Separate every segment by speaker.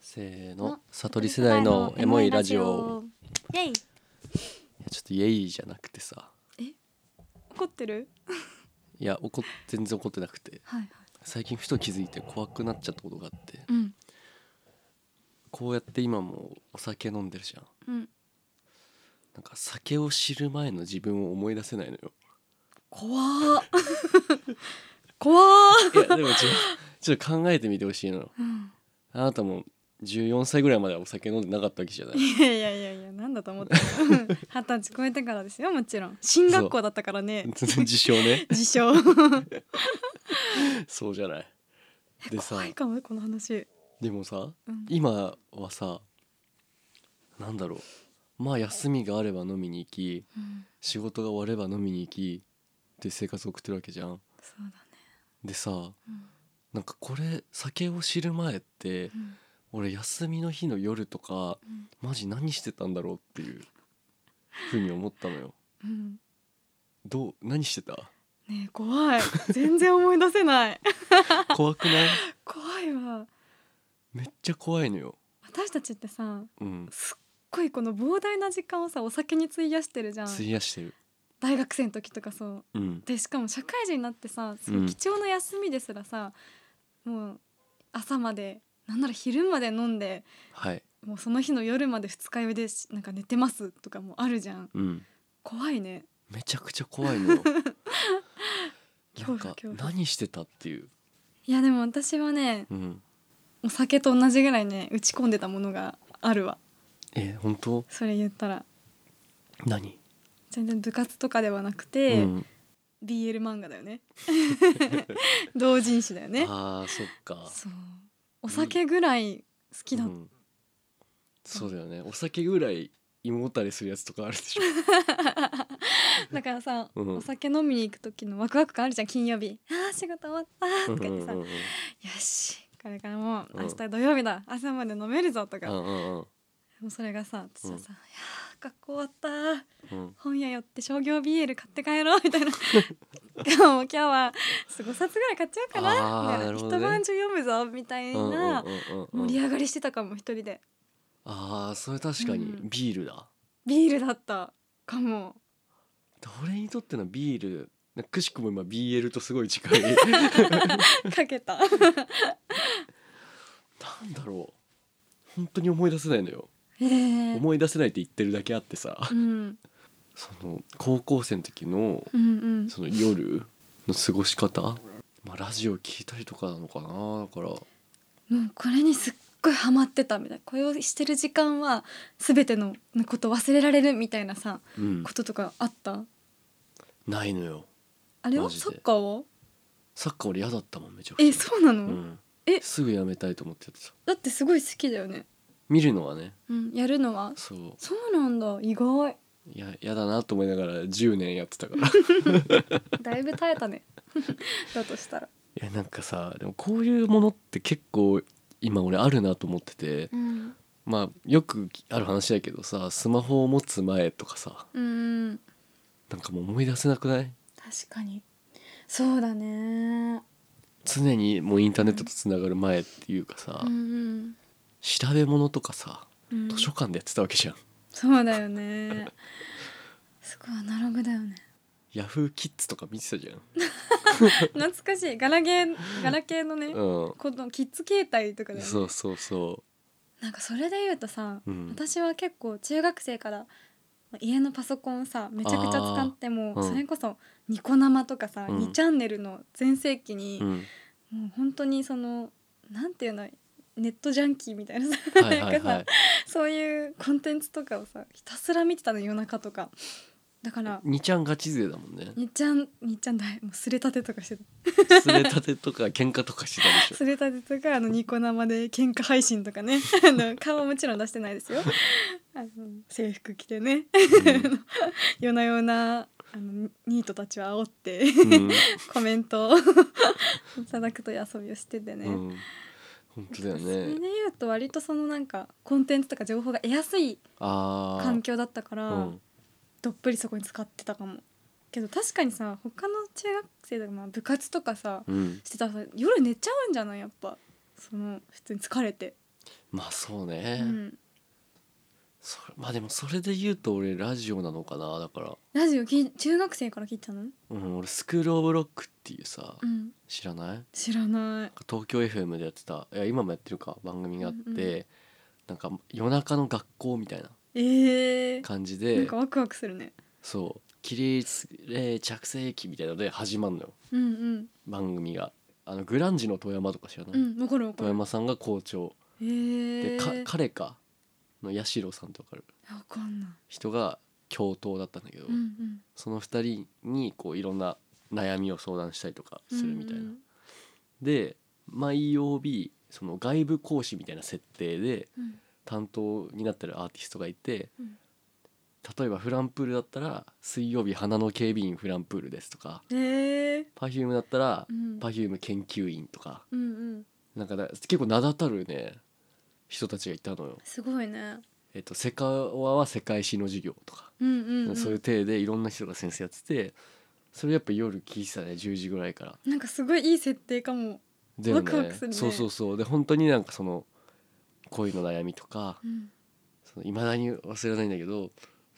Speaker 1: せーの悟り世代のエモいラジオ
Speaker 2: イェイ
Speaker 1: いやちょっとイエイじゃなくてさ
Speaker 2: 怒ってる
Speaker 1: いや怒っ全然怒ってなくて
Speaker 2: はいはい
Speaker 1: 最近ふと気づいて怖くなっちゃったことがあって
Speaker 2: うん
Speaker 1: こうやって今もお酒飲んでるじゃん
Speaker 2: うん
Speaker 1: なんか酒を知る前の自分を思い出せないのよ
Speaker 2: 怖っ怖っ
Speaker 1: いやでもちょ ちょっと考えてみてほしいの
Speaker 2: うん
Speaker 1: あなたも14歳ぐらいまではお酒飲んでなかったわけ じゃない
Speaker 2: いやいやいやいやなんだと思 ってるの二十歳超えてからですよもちろん進学校だったからね
Speaker 1: 自称ね
Speaker 2: 自称
Speaker 1: そうじゃないでさ
Speaker 2: 怖いかもこの話
Speaker 1: でもさ
Speaker 2: うん
Speaker 1: 今はさなんだろうまあ休みがあれば飲みに行き
Speaker 2: うん
Speaker 1: 仕事が終われば飲みに行きで生活を送ってるわけじゃん
Speaker 2: そうだね
Speaker 1: でさ
Speaker 2: うん
Speaker 1: なんかこれ酒を知る前って
Speaker 2: うん
Speaker 1: 俺休みの日の夜とか
Speaker 2: うん
Speaker 1: マジ何してたんだろうっていうふうに思ったのよ
Speaker 2: うん
Speaker 1: どう何してた
Speaker 2: ねえ怖い全然思い出せない
Speaker 1: 怖くない
Speaker 2: 怖いわ
Speaker 1: めっちゃ怖いのよ
Speaker 2: 私たちってさ
Speaker 1: うん
Speaker 2: すっごいこの膨大な時間をさお酒に費やしてるじゃん
Speaker 1: 費やしてる
Speaker 2: 大学生の時とかそ
Speaker 1: う
Speaker 2: う
Speaker 1: ん
Speaker 2: でしかも社会人になってさその
Speaker 1: うん
Speaker 2: 貴重な休みですらさ、もう朝までなんなら昼まで飲んで
Speaker 1: はい
Speaker 2: もうその日の夜まで二日酔いでしなんか寝てますとかもあるじゃん
Speaker 1: うん
Speaker 2: 怖いね
Speaker 1: めちゃくちゃ怖いのよ な
Speaker 2: 恐怖
Speaker 1: んか
Speaker 2: 恐怖
Speaker 1: 何してたっていう
Speaker 2: いやでも私はね
Speaker 1: うん
Speaker 2: お酒と同じぐらいね打ち込んでたものがあるわ
Speaker 1: え本当
Speaker 2: それ言ったら
Speaker 1: 何、
Speaker 2: 全然部活とかではなくて、
Speaker 1: うん
Speaker 2: BL 漫画だよね 同人誌だよね
Speaker 1: あーそっか
Speaker 2: そうお酒ぐらい好きだ、
Speaker 1: うんそうだよねお酒ぐらい胃もたれするやつとかあるで しょ
Speaker 2: だからさ、
Speaker 1: うん
Speaker 2: お酒飲みに行く時のワクワク感あるじゃん金曜日あー仕事終わったーとか言ってさ、
Speaker 1: うんう
Speaker 2: よ
Speaker 1: ん
Speaker 2: しこれからもう
Speaker 1: うん
Speaker 2: 明日土曜日だ、朝まで飲めるぞとか、
Speaker 1: うんうん
Speaker 2: もうそれがさ私
Speaker 1: うん
Speaker 2: はさ、いやー学校終わったー
Speaker 1: うんうん
Speaker 2: 本屋寄って商業 BL 買って帰ろうみたいな今日も今日は5冊ぐらい買っちゃおうかな
Speaker 1: あー
Speaker 2: みたい
Speaker 1: な
Speaker 2: な
Speaker 1: るほど
Speaker 2: 一
Speaker 1: ね
Speaker 2: 晩中読むぞみたいな、
Speaker 1: うんうんうんうん
Speaker 2: 盛り上がりしてたかも一人で
Speaker 1: ああそれ確かに
Speaker 2: うん
Speaker 1: ビールだ、
Speaker 2: ビールだったかも
Speaker 1: 俺にとってのビールなんかくしくも今 BL とすごい近 いな
Speaker 2: かけ た
Speaker 1: んだろう本当に思い出せないのよ、
Speaker 2: えー
Speaker 1: 思い出せないって言ってるだけあってさ
Speaker 2: うん
Speaker 1: その高校生の時の
Speaker 2: うんうん
Speaker 1: その夜の過ごし方、まあ、ラジオ聞いたりとかなのかなだから
Speaker 2: もうこれにすっごいハマってたみたいなこれをしてる時間は全てのこと忘れられるみたいなさ
Speaker 1: うん
Speaker 2: こととかあった
Speaker 1: ないのよ
Speaker 2: あれ
Speaker 1: マ
Speaker 2: は
Speaker 1: ジで
Speaker 2: サッカーは
Speaker 1: サッカー俺嫌だったもんめちゃくちゃ
Speaker 2: えそうなの、
Speaker 1: うん、
Speaker 2: え
Speaker 1: すぐやめたいと思ってやってた
Speaker 2: だってすごい好きだよね
Speaker 1: 見るのはね
Speaker 2: うんやるのは
Speaker 1: そう
Speaker 2: そうなんだ意外
Speaker 1: いや嫌だなと思いながら10年やってたから い
Speaker 2: だいぶ耐えたね だとしたら
Speaker 1: やなんかさでもこういうものって結構今俺あるなと思ってて
Speaker 2: うん
Speaker 1: まあよくある話だけどさスマホを持つ前とかさ
Speaker 2: うん
Speaker 1: なんかもう思い出せなくない
Speaker 2: 確かにそうだね
Speaker 1: 常にもうインターネットとつながる前っていうかさ、
Speaker 2: うん
Speaker 1: 調べ物とかさ
Speaker 2: うん
Speaker 1: 図書館でやってたわけじゃん、
Speaker 2: そうだよねすごいアナログだ よね
Speaker 1: ヤフーキッズとか見てたじゃん、
Speaker 2: 懐かしいガラゲーガラケーのね、
Speaker 1: うん、
Speaker 2: このキッズ携帯とかだよね
Speaker 1: そうそうそ
Speaker 2: なんかそれで言うとさ、
Speaker 1: う、うん、
Speaker 2: 私は結構中学生から家のパソコンさめちゃくちゃ使っても
Speaker 1: あーうん
Speaker 2: それこそニコ生とかさ、
Speaker 1: うん
Speaker 2: 2チャンネルの全盛期に、
Speaker 1: うん、
Speaker 2: もう本当にそのなんていうのネットジャンキーみたいなさ、
Speaker 1: はいはい
Speaker 2: なんか
Speaker 1: は
Speaker 2: さ
Speaker 1: い
Speaker 2: そういうコンテンツとかをさひたすら見てたの夜中とかだから
Speaker 1: 二ちゃんガチ勢だもんね
Speaker 2: にっちゃんにっちゃんだいもうすれたてとかしてた
Speaker 1: すれたてとか喧嘩とかしてた でし
Speaker 2: すれたてとかあのニコ生で喧嘩配信と かねあの顔はもちろん出してないですよあの制服着てね
Speaker 1: ょ、
Speaker 2: 夜な夜なあのニートたちを煽って
Speaker 1: うんうん
Speaker 2: コメントを いただくという遊びをしててね、
Speaker 1: うん、本当だよ
Speaker 2: それで
Speaker 1: ね
Speaker 2: 言うと割とそのなんかコンテンツとか情報が得やすい
Speaker 1: ああ
Speaker 2: 環境だったから、
Speaker 1: うん
Speaker 2: どっぷりそこに使ってたかもけど確かにさ他の中学生とかまあ部活とかさ
Speaker 1: うん、
Speaker 2: してたらさ夜寝ちゃうんじゃないやっぱその普通に疲れて
Speaker 1: まあそう
Speaker 2: う
Speaker 1: ね、
Speaker 2: ん、
Speaker 1: そまあでもそれで言うと俺ラジオなのかなだから、
Speaker 2: ラジオき中学生から聞いたの、
Speaker 1: うん、俺スクール・オブ・ロックっていうさ、
Speaker 2: うん、
Speaker 1: 知らない
Speaker 2: 知らない
Speaker 1: 東京 FM でやってたいや今もやってるか番組があって、
Speaker 2: うんうん
Speaker 1: なんか夜中の学校みたいな
Speaker 2: ええ
Speaker 1: 感じ
Speaker 2: なん
Speaker 1: で
Speaker 2: かワクワクするね
Speaker 1: そう「起立礼着席」みたいなので始まるのよ
Speaker 2: うんうん
Speaker 1: 番組があのグランジの富山とか知らない、
Speaker 2: うんわかるわか
Speaker 1: 富
Speaker 2: る
Speaker 1: 山さんが校長
Speaker 2: ええ
Speaker 1: で、か
Speaker 2: ー、
Speaker 1: 彼かの八代さんとかある
Speaker 2: わかんない
Speaker 1: 人が教頭だったんだけど、
Speaker 2: うんうん
Speaker 1: その二人にこういろんな悩みを相談したりとかするみたいな。
Speaker 2: うん
Speaker 1: で毎曜日その外部講師みたいな設定で
Speaker 2: うん
Speaker 1: 担当になってるアーティストがいて、
Speaker 2: うん
Speaker 1: 例えばフランプールだったら「水曜日花の警備員フランプールです」とか
Speaker 2: うん、ええ
Speaker 1: Perfume だったら「
Speaker 2: うん
Speaker 1: Perfume 研究員」とか
Speaker 2: うんうん
Speaker 1: なんかだ結構名だたるね人たちがいたのよ。
Speaker 2: すごいね
Speaker 1: えっと、セカオワは世界史の授業とか、
Speaker 2: うんうん、うん、
Speaker 1: そういう体でいろんな人が先生やっててそれやっぱ夜聞いてたね10時ぐらいから。
Speaker 2: なんかすごいいい設定かも
Speaker 1: だよ
Speaker 2: ワクワクするね
Speaker 1: そうそうそうで本当になんかその恋の悩みとか
Speaker 2: うん
Speaker 1: いまだに忘れないんだけど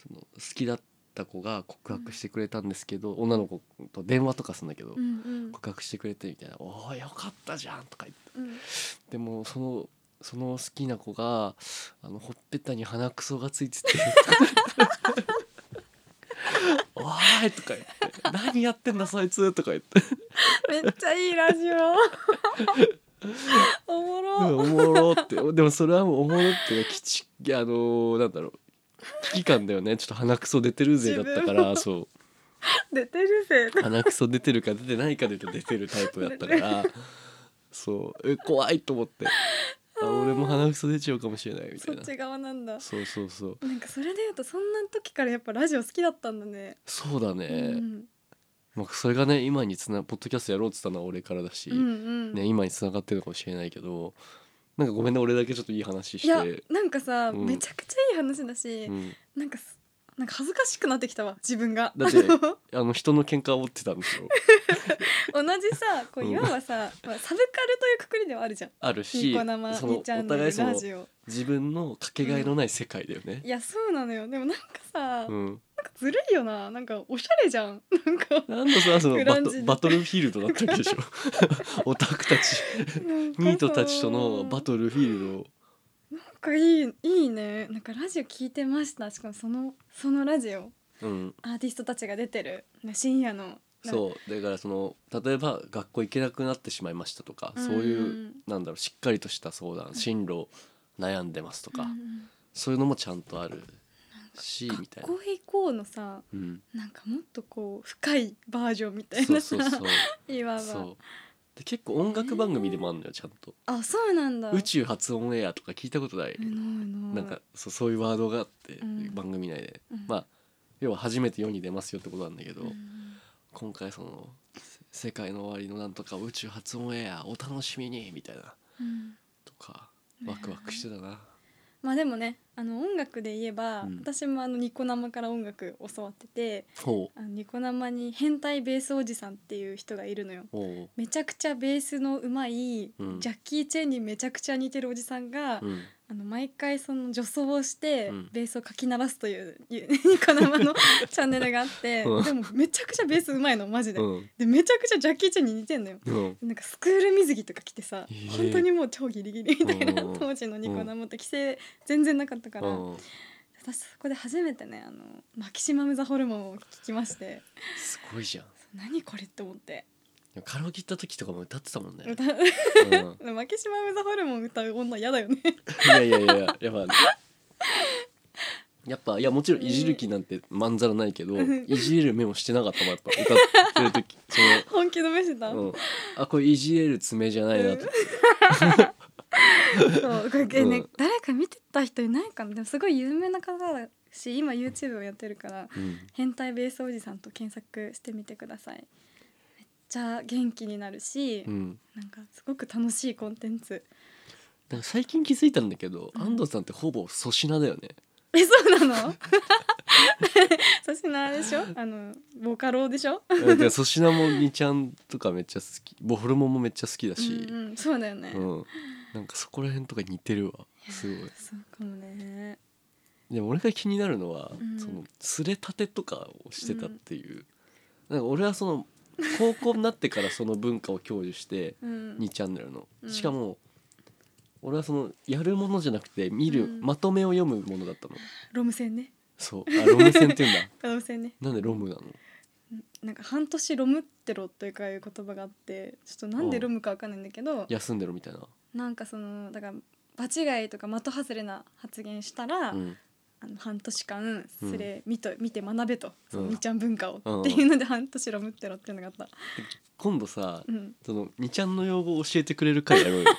Speaker 1: その好きだった子が告白してくれたんですけど、女の子と電話とかするんだけど、
Speaker 2: うんうん
Speaker 1: 告白してくれてみたいな「おおよかったじゃん」とか言って
Speaker 2: うん
Speaker 1: でもそのその好きな子があのほっぺたに鼻くそがついてて「おーい!」とか言って「何やってんだそいつ」とか言って
Speaker 2: めっちゃいい ラジオおも
Speaker 1: うん
Speaker 2: ろ、
Speaker 1: おもろってでもそれはもうおもろっていうかきちあのーなんだろう危機感だよねちょっと鼻くそ出てる勢だったからそ
Speaker 2: 出てるぜ
Speaker 1: う鼻くそ出てるか出てないかで言うと出てるタイプだったからそうえ怖いと思ってあ俺も鼻くそ出ちゃうかもしれないみた
Speaker 2: そ
Speaker 1: い
Speaker 2: っ
Speaker 1: な
Speaker 2: ち側なんだ
Speaker 1: そうそうそう
Speaker 2: なんかそれで言うとそんな時からやっぱラジオ好きだったんだね、
Speaker 1: そうだね、
Speaker 2: うん
Speaker 1: まあ、それがね今につなポッドキャストやろうって言ったのは俺からだし、
Speaker 2: うんうん
Speaker 1: ね、今につながってるのかもしれないけどなんかごめんね俺だけちょっといい話して
Speaker 2: いやなんかさ、
Speaker 1: うん
Speaker 2: めちゃくちゃいい話だし、
Speaker 1: うん、
Speaker 2: なんかすなんか恥ずかしくなってきたわ自分が
Speaker 1: だって
Speaker 2: あの
Speaker 1: あの人の喧嘩を追ってたんですよ
Speaker 2: 同じさこ
Speaker 1: う
Speaker 2: うんいわばさ、まあ、サブカルというくくりではあるじゃん
Speaker 1: ある
Speaker 2: 「ニ
Speaker 1: し
Speaker 2: コ生」
Speaker 1: そ
Speaker 2: 「
Speaker 1: の
Speaker 2: 2
Speaker 1: お
Speaker 2: チャンネ
Speaker 1: 互い
Speaker 2: ル」
Speaker 1: その
Speaker 2: ラジオ
Speaker 1: 自分のかけがえのない世界だよね
Speaker 2: い。やそうなのよでもなんかさ、
Speaker 1: うん、
Speaker 2: なんかずるいよななんかおしゃれじゃんなんか
Speaker 1: なんでさその
Speaker 2: グ
Speaker 1: バ
Speaker 2: ランジ
Speaker 1: ト
Speaker 2: で
Speaker 1: バトルフィールドだったわけで しょオタクたち
Speaker 2: なんかさ
Speaker 1: ニートたちとのバトルフィールドを
Speaker 2: なんかいいいいねなんかラジオ聞いてましたしかもそのそのラジオ
Speaker 1: うん、
Speaker 2: アーティストたちが出てる深夜の
Speaker 1: そうだからその例えば学校行けなくなってしまいましたとか、
Speaker 2: ん
Speaker 1: そういうなんだろうしっかりとした相談進路悩んでますとか、
Speaker 2: うんうん
Speaker 1: そういうのもちゃんとあるしみたいな
Speaker 2: 学。校へ行こうのさ
Speaker 1: うん、
Speaker 2: なんかもっとこう深いバージョンみたい
Speaker 1: そう
Speaker 2: な
Speaker 1: そ
Speaker 2: さ
Speaker 1: うそう
Speaker 2: いわば
Speaker 1: そうで結構音楽番組でもあるのよちゃんと。
Speaker 2: あそうなんだ
Speaker 1: 宇宙発音エアとか聞いたことない、
Speaker 2: えないない
Speaker 1: なんかそうそういうワードがあって、
Speaker 2: うん
Speaker 1: 番組内で、
Speaker 2: うん
Speaker 1: まあ要は初めて世に出ますよってことなんだけど、
Speaker 2: うん
Speaker 1: 今回その「世界の終わりのなんとか宇宙発音エアお楽しみに」みたいな
Speaker 2: うん
Speaker 1: とか
Speaker 2: ね
Speaker 1: ワクワクしてたな、
Speaker 2: まあでもねあの音楽で言えば、
Speaker 1: うん
Speaker 2: 私もあのニコ生から音楽教わってて
Speaker 1: ほ
Speaker 2: あのニコ生に変態ベースおじさんっていう人がいるのよ
Speaker 1: うほ
Speaker 2: めちゃくちゃベースのうまい、
Speaker 1: うん
Speaker 2: ジャッキー・チェンにめちゃくちゃ似てるおじさんが、
Speaker 1: う、うん、
Speaker 2: あの毎回その女装をして、
Speaker 1: うん
Speaker 2: ベースをかき鳴らすという いうニコ生の チャンネルがあって、
Speaker 1: うん
Speaker 2: でもめちゃくちゃベースうまいのマジで,、
Speaker 1: うん
Speaker 2: でめちゃくちゃジャッキー・チェンに似てんのよ。
Speaker 1: うん
Speaker 2: なんかスクール水着とか着てさ、
Speaker 1: へえ
Speaker 2: 本当にもう超ギリギリみたいな、
Speaker 1: うん
Speaker 2: 当時のニコ生って規制全然なかったから、
Speaker 1: うん
Speaker 2: 私そこで初めてねあのマキシマム・ザ・ホルモンを聞きまして
Speaker 1: すごいじゃん
Speaker 2: 何これって思って
Speaker 1: でもカラオケ行った時とかも歌ってたもんね、
Speaker 2: 歌
Speaker 1: うん、
Speaker 2: マキシマム・ザ・ホルモン歌う女嫌だよね
Speaker 1: いやいやいややっぱやっぱいやもちろんいじる気なんてまんざらないけど
Speaker 2: うん
Speaker 1: いじれる目もしてなかったもんやっぱ歌ってる時そ
Speaker 2: 本気の目してた、
Speaker 1: の、うん、あこれいじれる爪じゃないなと、
Speaker 2: そうこれね、
Speaker 1: うん
Speaker 2: 誰か見てた人いないかなでもすごい有名な方だし今 YouTube をやってるから
Speaker 1: うん
Speaker 2: 「変態ベースおじさん」と検索してみてくださいめっちゃ元気になるし、
Speaker 1: うん、
Speaker 2: なんかすごく楽しいコンテンツ
Speaker 1: なんか最近気づいたんだけど、
Speaker 2: うん
Speaker 1: 安藤さんってほぼ粗品だよね
Speaker 2: えそうなの 粗品あれでしょあのボカロでしょ、
Speaker 1: うんだから粗品もにちゃんとかめっちゃ好きボホルモンもめっちゃ好きだ
Speaker 2: う
Speaker 1: し
Speaker 2: ん、うん、そうだよね、
Speaker 1: うんなんかそこら辺とか似てるわすごい
Speaker 2: そうかもね
Speaker 1: でも俺が気になるのは、
Speaker 2: うん
Speaker 1: そのすれたてとかをしてたっていう、なんか俺はその高校になってからその文化を享受して
Speaker 2: うん
Speaker 1: 2チャンネルの、
Speaker 2: うん
Speaker 1: しかも俺はそのやるものじゃなくて見る、
Speaker 2: うん
Speaker 1: まとめを読むものだったの
Speaker 2: ロム線ね
Speaker 1: そうあロム線って言うんだ
Speaker 2: ロム線ね
Speaker 1: なんでロムなの
Speaker 2: なんか半年ロムってろというかいう言葉があってちょっとなんでロムかわかんないんだけど
Speaker 1: 休んでろみたいな、
Speaker 2: なんかそのだから場違いとか的外れな発言したら、
Speaker 1: うん、
Speaker 2: あの半年間それ見と、見て学べとその
Speaker 1: うん
Speaker 2: みーちゃん文化を、
Speaker 1: うん
Speaker 2: っていうので半年ロムってろっていうのがあった、
Speaker 1: 今度さ、
Speaker 2: うん、
Speaker 1: その2ちゃんの用語を教えてくれる回やろ うよ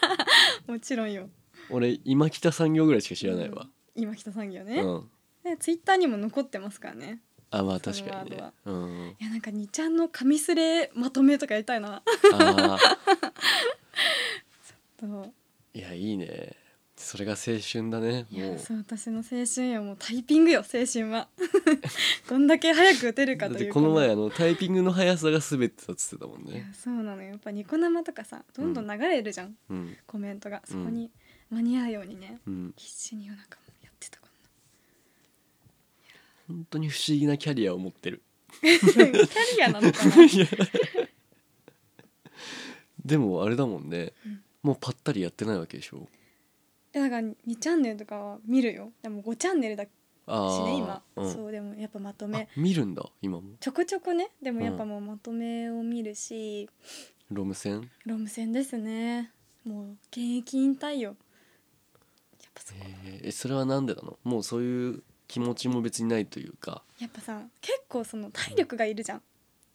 Speaker 2: もちろんよ
Speaker 1: 俺今北産業ぐらいしか知らないわ、
Speaker 2: うん今北産業
Speaker 1: う
Speaker 2: ね、
Speaker 1: ん
Speaker 2: でツイッターにも残ってますからね
Speaker 1: あまあ
Speaker 2: その
Speaker 1: 確かにね
Speaker 2: ワー
Speaker 1: うん
Speaker 2: いやなんかにちゃんの紙すれまとめとかやりたいな
Speaker 1: ああ
Speaker 2: そう
Speaker 1: いやいいねそれが青春だね
Speaker 2: い
Speaker 1: も
Speaker 2: や
Speaker 1: う
Speaker 2: そう私の青春よもうタイピングよ青春は どんだけ早く打てる
Speaker 1: だ
Speaker 2: か
Speaker 1: っ
Speaker 2: と
Speaker 1: て
Speaker 2: いう
Speaker 1: この前
Speaker 2: い
Speaker 1: あのタイピングの速さが全てだっつってたもん
Speaker 2: や
Speaker 1: ね
Speaker 2: そうなのよやっぱニコ生とかさどんどん流れるじゃん、
Speaker 1: うん
Speaker 2: コメントが
Speaker 1: う
Speaker 2: そ
Speaker 1: ん
Speaker 2: こに間に合うようにね、
Speaker 1: うん
Speaker 2: 必死に夜中もやってたこ
Speaker 1: 本当に不思議なキャリアを持って る
Speaker 2: ん なキャリアなのかな
Speaker 1: でもあれだもんね、
Speaker 2: うん
Speaker 1: もうパッタリやってないわけでしょ
Speaker 2: いやだから2チャンネルとかは見るよでも5チャンネルだし
Speaker 1: ああ
Speaker 2: ね今、
Speaker 1: うん、
Speaker 2: そうでもやっぱまと
Speaker 1: あ
Speaker 2: め
Speaker 1: 見るんだ今も
Speaker 2: ちょこちょこねでもやっぱもうまとめを見るし、
Speaker 1: ロム線
Speaker 2: ロム線ですねもう現役引退よやっぱそこ
Speaker 1: えーえそれはなんでなのもうそういう気持ちも別にないというか
Speaker 2: やっぱさ結構その体力がいるじゃん、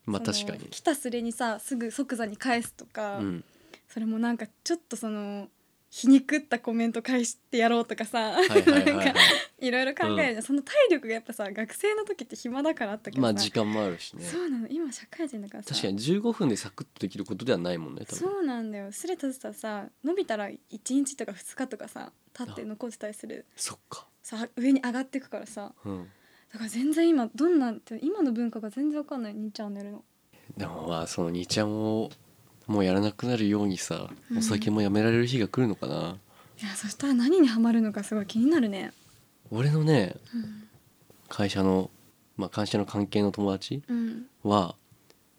Speaker 1: まあ
Speaker 2: そ
Speaker 1: 確
Speaker 2: の
Speaker 1: かに
Speaker 2: 来たすれにさすぐ即座に返すとか、
Speaker 1: うん
Speaker 2: それもなんかちょっとその皮肉ったコメント返してやろうとかさ、
Speaker 1: はいはいはい、は
Speaker 2: なんか
Speaker 1: い、
Speaker 2: いろいろ考えるじゃん、その体力がやっぱさ学生の時って暇だからあったけどさ、
Speaker 1: まあ時間もあるしね
Speaker 2: そうなの今社会人だからさ
Speaker 1: 確かに15分でサクッとできることではないもんね多分
Speaker 2: そうなんだよすれ立てたらさ伸びたら1日とか2日とかさ立って残ってたりする
Speaker 1: そっか
Speaker 2: さ上に上がってくからさ
Speaker 1: うん
Speaker 2: だから全然今どんなって今の文化が全然わかんない2チャンネルの
Speaker 1: でもまあその兄ちゃんをもうやらなくなるようにさ
Speaker 2: うん
Speaker 1: お酒もやめられる日が来るのかな、
Speaker 2: いやそしたら何にハマるのかすごい気になるね
Speaker 1: 俺のね
Speaker 2: うん、
Speaker 1: 会社のまあ会社の関係の友達は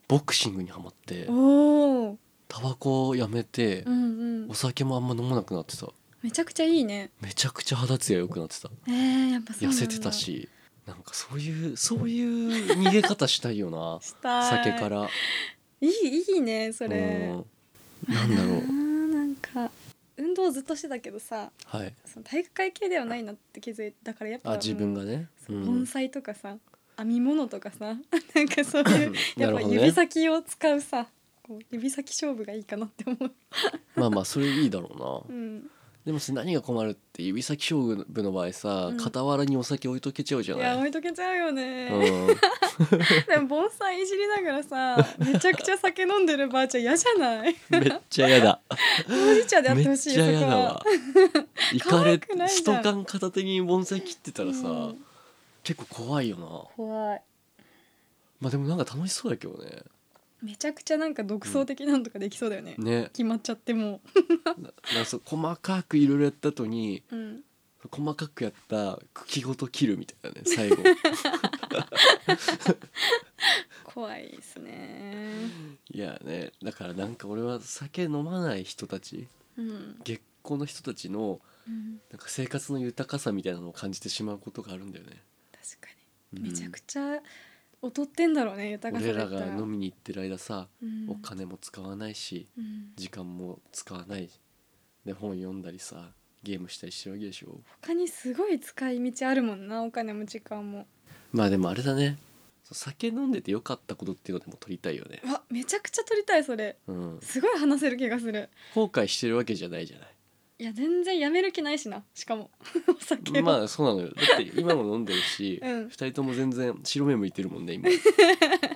Speaker 1: ボクシングにはまって
Speaker 2: おお
Speaker 1: タバコをやめて
Speaker 2: うんうん
Speaker 1: お酒もあんま飲まなくなってた
Speaker 2: めちゃくちゃいいね
Speaker 1: めちゃくちゃ肌ツヤ良くなってた
Speaker 2: えー、やっぱそ
Speaker 1: 痩
Speaker 2: うなんだ
Speaker 1: せてたしなんかそういうそういう逃げ方したいよ な
Speaker 2: したい
Speaker 1: 酒から
Speaker 2: いいいいねそれ
Speaker 1: うんなんだろ
Speaker 2: あ
Speaker 1: う
Speaker 2: ーなんか運動ずっとしてたけどさ
Speaker 1: はい
Speaker 2: その体育会系ではないなって気づいたからやっぱ
Speaker 1: あ自分
Speaker 2: が、
Speaker 1: がね、う
Speaker 2: うん
Speaker 1: ん
Speaker 2: 盆栽とかさ編み物とかさ なんかそういうや
Speaker 1: なるほ
Speaker 2: っぱ
Speaker 1: どね
Speaker 2: 指先を使うさこう指先勝負がいいかなって思う、
Speaker 1: まあまあそれいいだろうな、
Speaker 2: うん、
Speaker 1: でもそれ何が困るって指先勝負の場合さ、
Speaker 2: うん
Speaker 1: 傍らにお酒置いとけちゃうじゃ
Speaker 2: い
Speaker 1: な
Speaker 2: や
Speaker 1: い
Speaker 2: 置いとけちゃうよね、
Speaker 1: うん、
Speaker 2: でも盆栽いじりながらさめちゃくちゃ酒飲んでるばあちゃん嫌じゃ ない
Speaker 1: めっちゃ嫌だ
Speaker 2: おじいちゃんでやって
Speaker 1: め
Speaker 2: ほ
Speaker 1: っ
Speaker 2: しい
Speaker 1: ち
Speaker 2: よ
Speaker 1: ゃ嫌
Speaker 2: そこ
Speaker 1: だ
Speaker 2: は
Speaker 1: わ行かれ
Speaker 2: 可愛くないじゃん
Speaker 1: ストカン片手に盆栽切ってたらさ、
Speaker 2: うん
Speaker 1: 結構怖いよな
Speaker 2: 怖い
Speaker 1: まあでもなんか楽しそうだけどね
Speaker 2: めちゃくちゃなんか独創的なのとかできそうだよね、
Speaker 1: ね
Speaker 2: 決まっちゃっても
Speaker 1: ななんかそう細かくいろいろやった後に
Speaker 2: う、うん、
Speaker 1: 細かくやった茎ごと切るみたいなね 最後
Speaker 2: 怖いですね
Speaker 1: いやねだからなんか俺は酒飲まない人たち
Speaker 2: うん、
Speaker 1: 月光の人たちの
Speaker 2: うん、
Speaker 1: なんか生活の豊かさみたいなのを感じてしまうことがあるんだよね。
Speaker 2: 確か
Speaker 1: うん
Speaker 2: にめちゃくちゃ劣ってんだろうね豊かさ
Speaker 1: 俺
Speaker 2: だ
Speaker 1: ら
Speaker 2: ったら
Speaker 1: が飲みに行ってる間さ、
Speaker 2: うん
Speaker 1: お金も使わないし
Speaker 2: うん
Speaker 1: 時間も使わないで本読んだりさゲームしたりしてるわけでしょ
Speaker 2: 他にすごい使い道あるもんなお金も時間も
Speaker 1: まあでもあれだねそう酒飲んでて良かったことっていうのでも取りたいよね、
Speaker 2: うわめちゃくちゃ取りたいそれ
Speaker 1: うん、
Speaker 2: すごい話せる気がする
Speaker 1: 後悔してるわけじゃないじゃない
Speaker 2: や全然やめる気ないしなしかも お酒
Speaker 1: い
Speaker 2: を、
Speaker 1: まあそうなのよだって今も飲んでるし、
Speaker 2: うん
Speaker 1: 2人とも全然白目向いてるもんね 今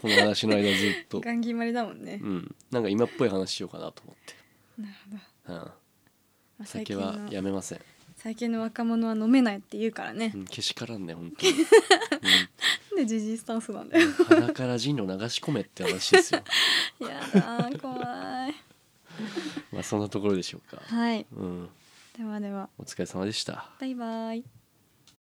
Speaker 1: この話の間ずっと
Speaker 2: ガ、ンギマリだもんね、
Speaker 1: うん、なんか今っぽい話しようかなと思
Speaker 2: なるほど、
Speaker 1: って、
Speaker 2: ま
Speaker 1: う
Speaker 2: あ
Speaker 1: ん、酒は
Speaker 2: 最近の
Speaker 1: やめません
Speaker 2: 最近の若者は飲めないって言うからね、
Speaker 1: うん、けしからんね本当に、
Speaker 2: なんでジジイスタンスなんだよ
Speaker 1: うん、鼻から人を流し込めって話ですよ
Speaker 2: やだー怖い
Speaker 1: まあそんなところでしょうか
Speaker 2: はい
Speaker 1: うん
Speaker 2: ではでは
Speaker 1: お疲れ様でした
Speaker 2: バイバイ